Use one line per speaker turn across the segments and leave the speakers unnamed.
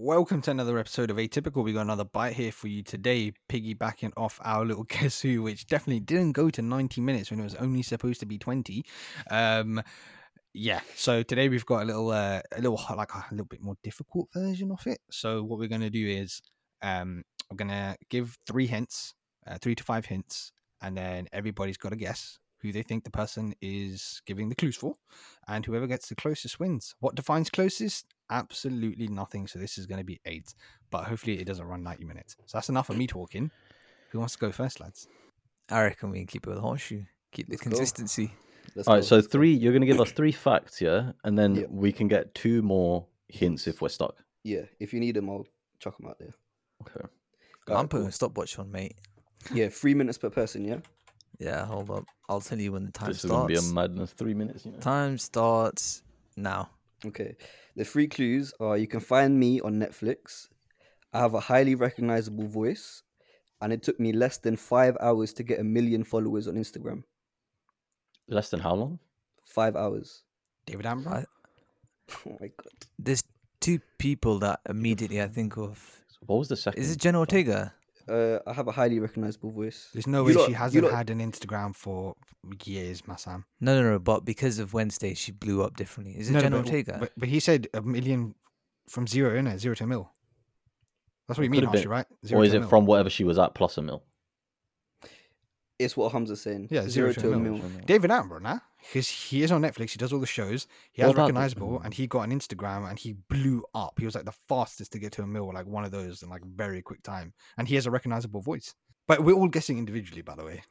Welcome to another episode of Atypical. We got another bite here for you today, piggybacking off our little guess who, which definitely didn't go to 90 minutes when it was only supposed to be 20. Um, yeah, so today we've got a little, uh, a little like a little bit more difficult version of it. So what we're gonna do is, um, we're gonna give three hints, uh, three to five hints, and then everybody's got to guess who they think the person is giving the clues for, and whoever gets the closest wins. What defines closest? Absolutely nothing. So this is going to be eight, but hopefully it doesn't run ninety minutes. So that's enough of me talking. Who wants to go first, lads?
I reckon we can keep it with a horseshoe. Keep the
Let's go.
consistency.
Let's
All
go,
right, so
let's go.
three. You're gonna give us three facts, yeah, and then
Yep.
we can get two more hints if we're stuck.
Yeah, if you need them, I'll chuck them out there.
Okay.
Alright,
I'm putting
cool.
a stopwatch on, mate.
Yeah, three minutes per person. Yeah.
Yeah, hold up. I'll tell you when the time
This is gonna be a
starts.
madness. Three minutes, you know.
Time starts now.
Okay. The three clues are: you can find me on Netflix. I have a highly recognizable voice, and it took me less than five hours to get a million followers on Instagram.
Less than how long?
Five hours.
David Ambrose.
Right.
Oh my god.
There's two people that immediately I think of.
What was the second?
Is it Jenna Ortega?
Uh, I have a highly recognizable voice.
There's no
You
way
lot-
she
you
hasn't
lot-
had an Instagram for years, Masam.
No, no, no. But because of Wednesday, she blew up differently. Is it
No, no,
Jenna
but-
Ortega?
But, but he said a million from zero, innit? Zero to a mil. That's what you mean,
could've
Archie,
been.
right? Zero
or is
to a
it
mil.
from whatever she was at plus a mil?
It's what Hamza's saying.
Yeah, zero to a mil. David Attenborough, nah? Because he is on Netflix, he does all the shows, he has
What about the-
recognizable, and he got an Instagram and he blew up. He was like the fastest to get to a mil, like one of those in like very quick time. And he has a recognizable voice. But we're all guessing individually, by the way.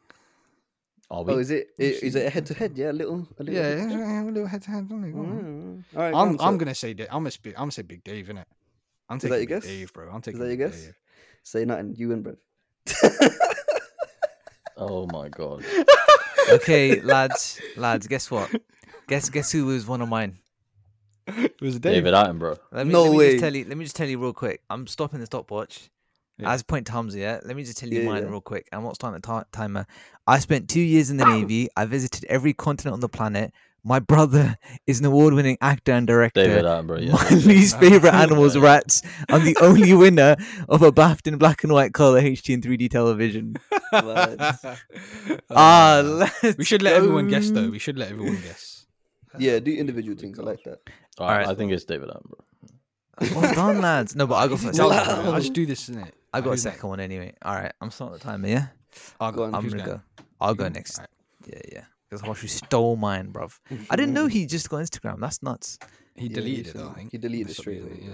Are we?
Oh, is it? i- Is it a head to head? Yeah, a little. A little
Yeah,
head-to-head?
yeah, yeah, a little head to head. don't we? Go on.
Mm. All right.
I'm
round,
I'm
so
gonna say da- I'm gonna spe- I'm gonna say Big Dave, innit? I'm
that
taking
your
Big
guess?
Dave, bro. I'm
Is
taking
that your
Big
guess?
Dave.
Say nothing. You win, bro.
Oh my god.
okay, lads, lads. Guess what? Guess, guess who was one of mine.
It was Dave.
David Attenborough.
Let me,
No
let me
way.
Just tell you, let me just tell you real quick. I'm stopping the stopwatch.
Yeah.
As point to Hamza, yeah. Let me just tell you
Yeah,
mine
yeah.
real quick. I'm not starting the ti- timer. I spent two years in the navy. I visited every continent on the planet. My brother is an award-winning actor and director.
David uh, Attenborough. Yeah.
My least favorite animal is rats. I'm the only winner of a BAFTA in black and white color HD and 3D television. Ah,
Uh,
let's
we should let everyone guess though.
go.
We should let everyone guess.
yeah, do individual things. I like that.
All
Alright.
right, I think it's David Attenborough.
Well done, lads. No, but I got
It's
first.
out
Wow.
there, man. I just do this, innit?
I got
do
a
that.
second one anyway. All right, I'm starting the timer. Yeah.
I'll
Go on,
I'm
Who's
gonna
going?
go. I'll
You
go
can-
next.
alright.
Yeah, yeah. Because Horseshoe stole mine, bruv. I didn't know he just got Instagram. That's nuts.
He
Yeah,
deleted it,
said
though, I
that.
think.
He deleted it
That's what he
straight away.
did,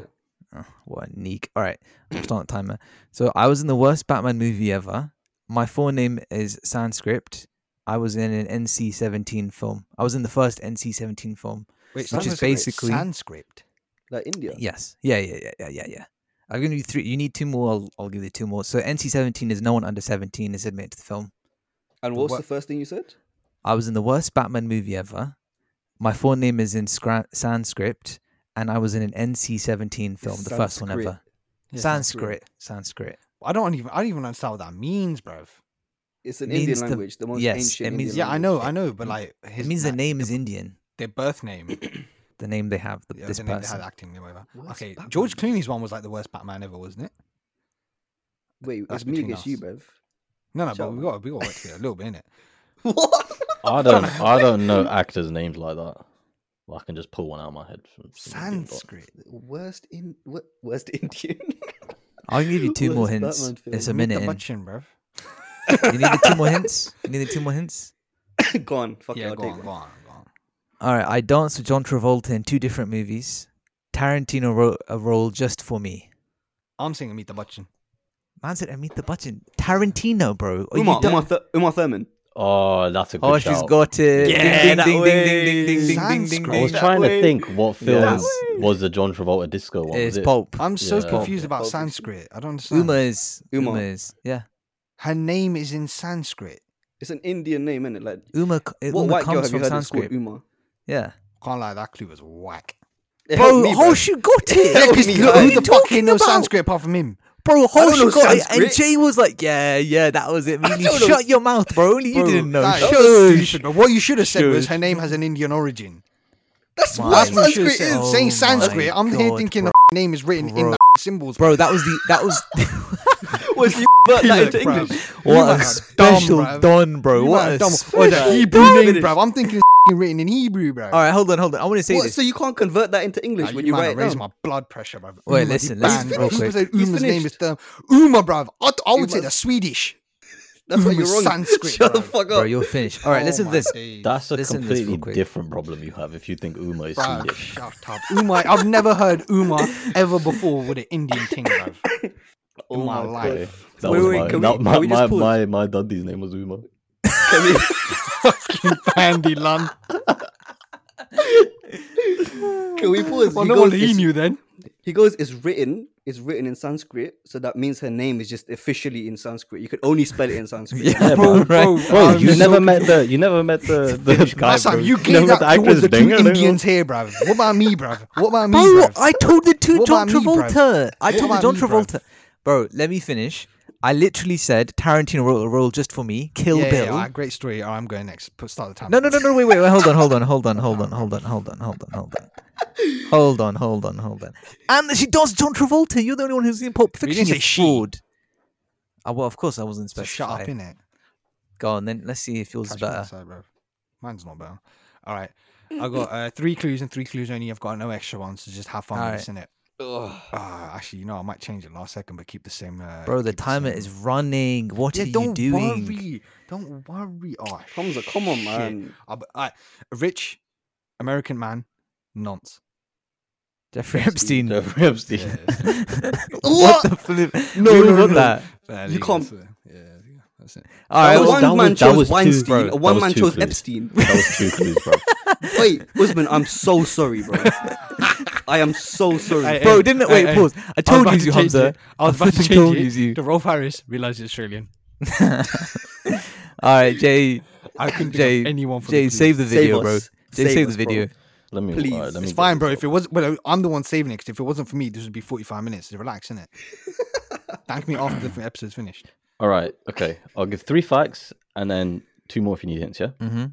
Yeah.
Oh, what a neek. All right, I'm starting the timer. So I was in the worst Batman movie ever. My full name is Sanskrit. I was in an NC-17 film. I was in the first NC-17 film.
Wait,
Which
Sanskrit.
is basically-
Sanskrit.
Like India.
Yes. Yeah, yeah, yeah, yeah, yeah, yeah. I'm gonna do three. You need two more. I'll, I'll give you two more. So NC-17 is no one under 17 is admitted to the film.
And what was
What-
the first thing you said?
I was in the worst Batman movie ever. My full name is in scra- Sanskrit, and I was in an NC-17 film, the first one
Sanskrit.
ever.
Yeah,
Sanskrit, Sanskrit.
I don't even. I don't even understand what that means, bro.
It's an
Means
Indian
the-
language, the most
yes,
ancient.
it means-
Indian
Yeah, I know, I know, but like
It
his
means the
na-
name is Indian.
their birth name.
The name they have, the,
Yeah,
this
the name they
person.
had acting name whatever.
Worst
Okay,
Batman
George
movie.
Clooney's one was like the worst Batman ever, wasn't it?
Wait,
That's
it's me
between
against you,
us.
bruv.
No, no,
Shut
but we
up.
got we got to work here a little bit, innit?
What?
I don't. I don't know actors' names like that. Well, I can just pull one out of my head. From some Indian box.
Sanskrit.
Worst in what? Worst Indian.
I'll give you two more
Worst
hints.
Batman film.
It's a
Meet
minute
the
in.
Butchin, bruv.
You need two more hints? You need two more hints?
Gone. Fuck it.
Yeah,
I'll
go
take
on,
that.
go on, go on.
All right, I danced with John Travolta in two different movies. Tarantino wrote a role just for me.
I'm saying Meet the Butchin.
Man said, I meet the button. Tarantino, bro. Are Oh, you
Uma,
dumb?
Uma, Thur- Uma Thurman.
Oh, that's a good
Oh,
oh,
she's got it.
Yeah,
ding,
that
ding, ding, ding, ding, ding, ding, ding,
Sanskrit.
ding,
I
ding,
was
that
trying
way.
to think what
Yeah, that
film was the John Travolta disco one.
It's
was it?
Pulp.
I'm so
Yeah.
confused
Yeah,
about
Pulp Fiction.
Sanskrit. I don't understand.
Uma is.
Uma.
Uma. is. Yeah.
Her name is in Sanskrit.
It's an Indian name, isn't it? Like,
Uma, c-
what
Uma
white girl
comes
have you
from
heard that's called
Sanskrit.
Uma?
Yeah.
Can't lie, that clue was whack.
It helped
Bro,
me, bruv.
Horseshoe got it.
Yeah, 'cause
What
who
Who
are you
the fuck
talking
knows
about?
Sanskrit apart from him?
Bro,
know
Horseshoe got it. And
Sanskrit.
Jay was like, yeah, yeah, that was it. Meanie.
don't know-
Shut your mouth, bro. Only you
Bro,
didn't know.
that is
Shush.
stupid, But what you should have said was
Shush.
her name has an Indian origin.
That's
My
what
That's what you should have
Sanskrit
said.
is.
Oh
Saying
my
Sanskrit, I'm here
God,
thinking
bro.
the name is written in
Bro.
the symbols,
Bro, that was the that was
Was you that into
bruv.
English?
might
what a
have
special
done, bruv.
don, bro.
You
What
are
a
dumb.
s-
What is that
special
Hebrew
dumb.
name, bro? I'm thinking it's written in Hebrew, bro.
All right, hold on, hold on. I want to say
What?
this.
So you can't convert that into English
Nah,
when
you
you
man,
write it
raise
down?
my blood pressure, bro.
Wait,
Uma,
listen,
you
listen
banned,
real
bro.
quick.
People say
He's
Uma's name is
finished.
term. Uma, bro. I, I would say
Uma's-
the Swedish.
That's why you're
Uma's
wrong.
Sanskrit,
Shut the
bro.
fuck
Bro,
up.
you're finished. All right,
Oh
listen
my
to this.
days.
That's a
Listen to this real
completely
quick.
different problem you have if you think Uma is
Bro,
Swedish.
shut up. Uma, I've never heard Uma ever before with an Indian ting, bro.
Oh
my life.
God.
Okay, That
Wait,
was
wait,
my,
can
that-
we-
my,
can we just
my,
pause?
my, my daddy's name was Uma.
Can we-
Fucking bandy land.
Can we pause?
Well,
He
no
goes,
one he
"It's-
knew then.
He goes, it's written, it's written in Sanskrit, so that means her name is just officially in Sanskrit. You could only spell it in Sanskrit.
Yeah,
Bro,
right.
bro,
Bro,
I'm
you
so
never met the you never met the the guy.
Last time
bro.
you
never
gave
met
that towards
actress
the two
Dinger, nigga?
Indians here, bruv. What about me, bruv? What about me,
Bro,
bruv?
Oh, I told the to
What
John
about me, bro?
Travolta. I told the
about
John
me, bro?
Travolta. Bro, let me finish. I literally said Tarantino wrote a role just for me. Kill
yeah, yeah,
Bill.
yeah, alright, great story. Alright, I'm going next. Put start the time.
No, no, no, no. Wait, wait, wait. Hold on, hold on, hold on, hold on, hold on, hold on, hold on, hold on. Hold on, hold on, hold on. And she does John Travolta. You're the only one who's seen Pulp
didn't
Fiction. you
say she.
fraud. Ah, well, of course I wasn't
So
specified.
shut up, innit?
Go on then. Let's see if yours is
Catch me
better.
outside, bro. Mine's not better. All right. I've got uh, three clues and three clues only. I've got no extra ones, so just have fun with
Alright.
this, innit?
Ugh.
Uh, actually, you know, I might change it last second, but keep the same. Uh,
Bro, the
keep
timer
same-
is running. What
Yeah,
are you
don't
doing?
worry. Don't worry. Oh,
Hamza, come on,
shit.
man.
I'll be- I- a rich American man, nonce.
Jeffrey Epstein.
Jeffrey Epstein.
what the flip?
No,
We
no,
got
no, no.
that.
Fair
You
legal,
can't-
so, Yeah, that's it.
All
A
right. well,
was-
one
that was-
man
that
chose
was too-
Weinstein.
bro,
a
that
one
was
man
too
chose
close.
Epstein.
That was two clues, bro.
Wait, Usman, I'm so sorry, bro. I am so sorry.
Hey,
Bro,
hey,
didn't it?
hey,
Wait,
hey.
pause. I
I was
told
about
you,
to
you,
change
Hamza.
it. I was
I
about to
fucking
change
told
it.
you.
To Rolf Harris, realised he's Australian.
All right, Jay.
I couldn't
Jay,
think of anyone for
Jay,
the
save the
Save
video,
us.
bro. Jay,
Save
save,
us,
the
bro.
video.
Let me.
Please.
alright, let me
It's
get
fine,
this
bro.
up.
If it was, well, I'm the one saving it. 'cause if it wasn't for me, this would be 45 minutes. Relax, innit? Thank me after the episode's finished.
All right. Okay. I'll give three facts and then two more if you need hints. Yeah.
Mhm.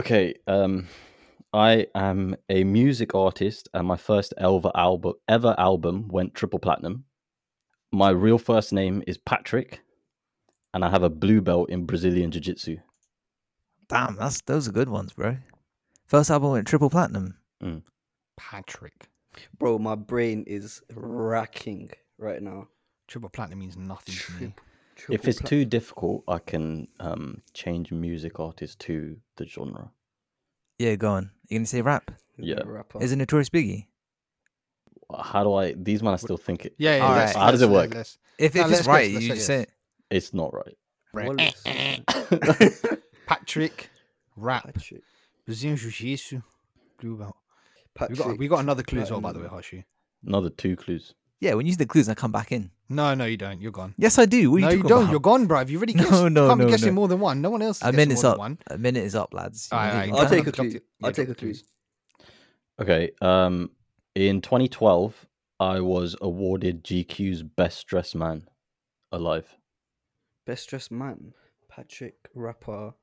Okay. Um, I am a music artist, and my first ever album ever album went triple platinum. My real first name is Patrick, and I have a blue belt in Brazilian Jiu Jitsu.
Damn, that's those are good ones, bro. First album went triple platinum.
Patrick.
Bro, my brain is racking right now.
Triple platinum means nothing to me.
If it's too difficult, I can um, change music artist to the genre.
Yeah, go on. You gonna say rap?
Yeah.
Rapper.
Is it Notorious Biggie?
How do I? These men, I still think it.
Yeah, yeah.
All
let's-
right.
How does
let's-
it work?
let's-
If,
No,
if
let's
it's
go,
right,
let's
you
go,
just
yes.
say it.
It's not right.
Wallace, isn't it?
Patrick, rap,
Patrick.
Brazilian Jiu Jitsu, blue belt. We got,
Patrick.
we got another clue as well, by the way,
Platinum.
Harshu.
Another two clues.
Yeah, when you use the clues, I come back in.
No, no, you don't. You're gone.
Yes, I do. What are
no,
you
you
talking
don't.
about?
You're gone, bro. You've already
No,
guessed. you
no,
can't be
no,
guessing
no.
more than one. No one else is
A
guessing
minute's
more
up.
than one.
A minute is up, lads. You
All right,
know
all right,
you
you
I'll
dropped
can't-
take
it,
a
dropped
clue.
it.
I'll
Yeah,
take a
dropped it,
clue.
please.
Okay. Um, in 2012, I was awarded GQ's Best Dressed Man alive.
Best dressed man, Patrick rapper,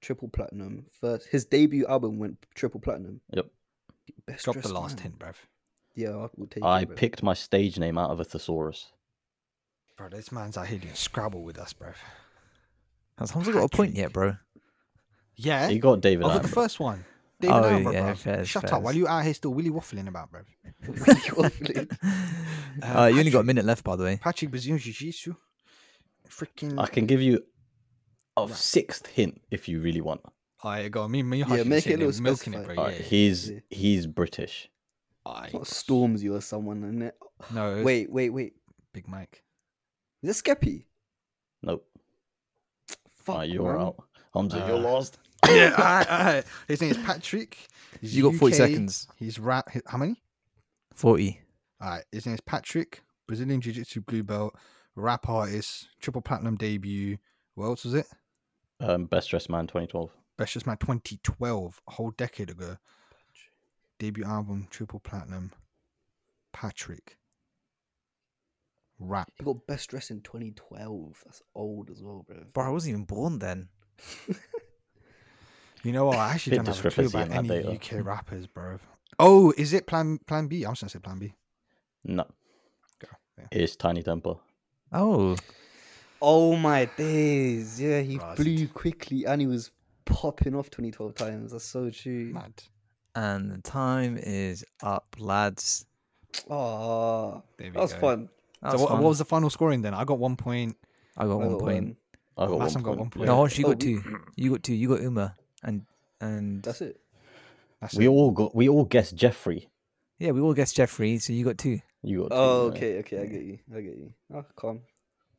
triple platinum. First, his debut album went triple platinum.
Yep.
Best
Drop the
dressed
last
man.
hint, bro.
Yeah, I will take.
I
it, bro.
picked my stage name out of a thesaurus.
Bro, this man's out here doing Scrabble with us, bro.
Has Hamza got a point yet, bro?
Yeah.
You got David.
I got the
Attenborough.
first one. David
Oh,
Attenborough,
yeah,
bruv.
fairs,
Shut up.
fairs.
Why are you out here still willy waffling about, bro?
Uh, you only got a
Patrick.
minute left, by the way.
Patrick Bazin Jiu Jitsu. Freaking.
I can give you a sixth hint if you really want.
All right, go on. Me, me,
Yeah,
yeah,
make
make
it a
it
little
milking it, bro. Yeah,
specified.
Alright,
yeah.
he's
yeah.
he's British.
Aye.
Not storms you or someone in it.
No, it was
Wait, wait, wait.
Big Mike.
Is it Skeppy?
Nope.
Fuck,
Ah, you're
man.
out. Hamza,
Uh,
you're lost.
yeah, all right, all right. His name is Patrick. He's
You got 40
UK.
seconds.
He's rap. hi- How many?
40.
All right. His name is Patrick. Brazilian Jiu Jitsu blue belt. Rap artist. Triple platinum debut. What else was it?
Um, Best Dressed Man 2012.
Best Just Man 2012, a whole decade ago. Debut album, triple platinum. Patrick. Rap.
He got best dressed in 2012. That's old as well, bro.
Bro, I wasn't even born then.
You know what? I actually
Bit
don't have a clue
discrepancy
about
in
any
that data.
UK rappers, bro. Oh, is it Plan Plan B? I was gonna say Plan B.
No. is Tiny Temper.
Oh,
Oh my days! Yeah, he
Right.
blew quickly, and he was popping off 2012 times. That's so true.
Mad.
and the time is up, lads.
Ah,
There we
that was
go.
fun.
so
That was Oh,
what, what
fun.
was the final scoring then? I got one point.
I got
I
one
got
point.
one.
I got
Massam
one
got
point.
one point.
No, Honsh, you
Oh,
got
we-
two. You got two. You got Uma and and
That's it.
That's
We
it.
all got. We all guessed Jeffrey.
yeah, we all guessed Jeffrey, so you got two.
You got. two,
Oh,
yeah.
okay, okay, I get you. I get you. Oh, calm.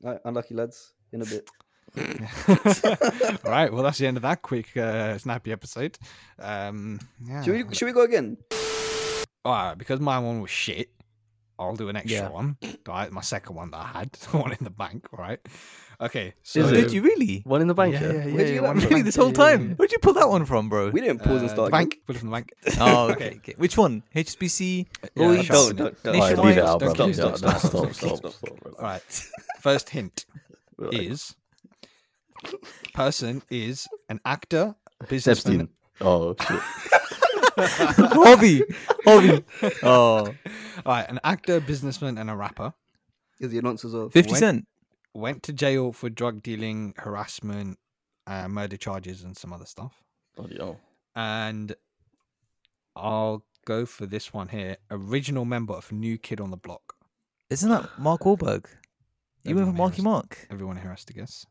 Alright, unlucky lads. In a bit.
all right. Well, that's the end of that quick, uh, snappy episode. Um, yeah.
Should we, should we go again?
all right, because my one was shit, I'll do an extra
Yeah.
one. All right, my second one that I had, the one in the bank. All right. Okay. So
Is
Oh,
it?
did you really?
One in the bank.
Yeah,
yeah?
yeah, yeah,
Where'd you
yeah, one
get that
in the
Really,
bank.
this whole time? Where'd you pull that one from, bro?
We didn't pause and
Uh,
start
the
again.
bank. Put it from the bank.
Oh, okay, okay. Which one? HSBC.
Yeah,
Lloyds?
that's
No,
Shut
no,
up.
no.
Nation-
Alright, leave it
Nationwide-
out, bro.
Stop,
Leave it out.
stop,
Stop,
stop,
stop,
stop,
stop,
stop,
stop.
All right. First hint is person is an actor, businessman.
Epstein. Oh, shit.
Hobby. Hobby. Oh.
All right, an actor, businessman, and a rapper
Is the announce as well?
50
Wait.
Cent.
went to jail for drug dealing, harassment, uh, murder charges, and some other stuff.
Bloody hell.
And I'll go for this one here. Original member of New Kid on the Block.
Isn't that Mark Wahlberg? You went
Everyone
for Marky
knows.
Mark.
Everyone here has to guess.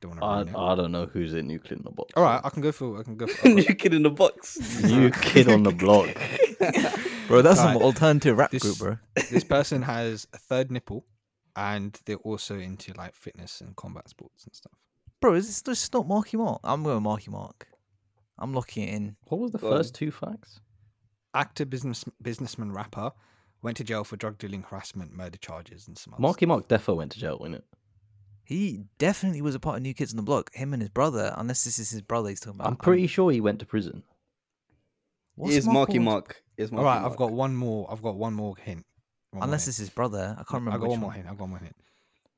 Don't
I,
want to.
I don't know who's in nuclear in the box.
All right, I can go for. I can go for.
New kid in the box.
New kid on the block.
Bro, that's some
Right.
alternative rap
This-
group, bro.
this person has a third nipple and they're also into like fitness and combat sports and stuff.
Bro, is this just not Marky Mark? I'm going Marky Mark. I'm locking it in.
What was the
Go on.
first two facts?
Actor, business, businessman, rapper went to jail for drug dealing, harassment, murder charges, and some other
Marky
stuff.
Mark Defo went to jail, didn't it?
He definitely was a part of New Kids on the Block. Him and his brother, unless this is his brother he's talking about. Um,
I'm pretty sure he went to prison.
What's
Is Marky
Wahlberg?
Mark? Is Marky
All right, I've
Mark.
got one more. I've got one more hint. One more
Unless
hint.
it's his brother. I can't remember.
I got
which
one more hint. I got one more hint.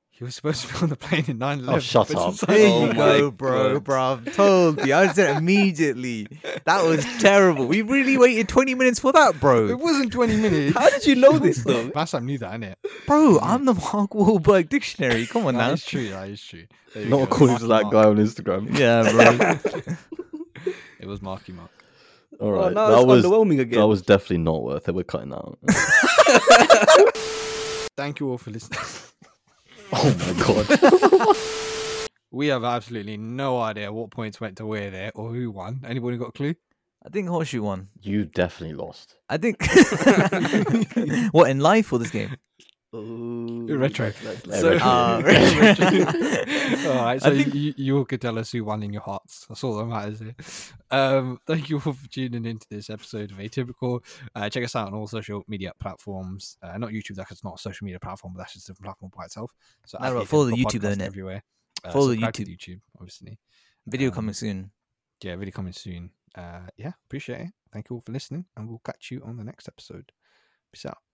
He was supposed to be on the plane in 9 11.
Oh, shut up.
There
Oh
you
my
go, bro,
God.
bro. Told you. I said immediately. That was terrible. We really waited 20 minutes for that,
It
bro.
wasn't 20 minutes.
How did you know this though?
Bassam knew that, innit?
Bro, I'm the Mark Wahlberg dictionary. Come on
That
now.
is true. That is true. There you
Not
go,
according to
Marky
that
Mark.
guy on Instagram.
Yeah, bro.
It was Marky Mark.
All
Oh,
right,
now
that
it's
was
underwhelming again.
that was definitely not worth it. We're cutting that. out.
Thank you all for listening.
oh my god.
We have absolutely no idea what points went to where there or who won. Anybody got a clue?
I think Horseshoe won.
You definitely lost.
I think. what, in life or this game?
Ooh,
Retro.
nice, nice, nice.
So-
Retro.
Ah,
all right, so
I think-
you, you all could tell us who won in your hearts. That's all that matters here. Um, thank you all for tuning into this episode of Atypical. Uh, check us out on all social media platforms. Uh, not YouTube, that's not a social media platform, but that's just a platform by itself. So
No,
at
but follow the
Atypical
YouTube though,
Podcast
innit?
everywhere. Uh,
Follow the
subscribe to YouTube, obviously.
Video
Um,
coming soon.
Yeah, really coming soon. Uh, yeah, appreciate it. Thank you all for listening, and we'll catch you on the next episode. Peace out.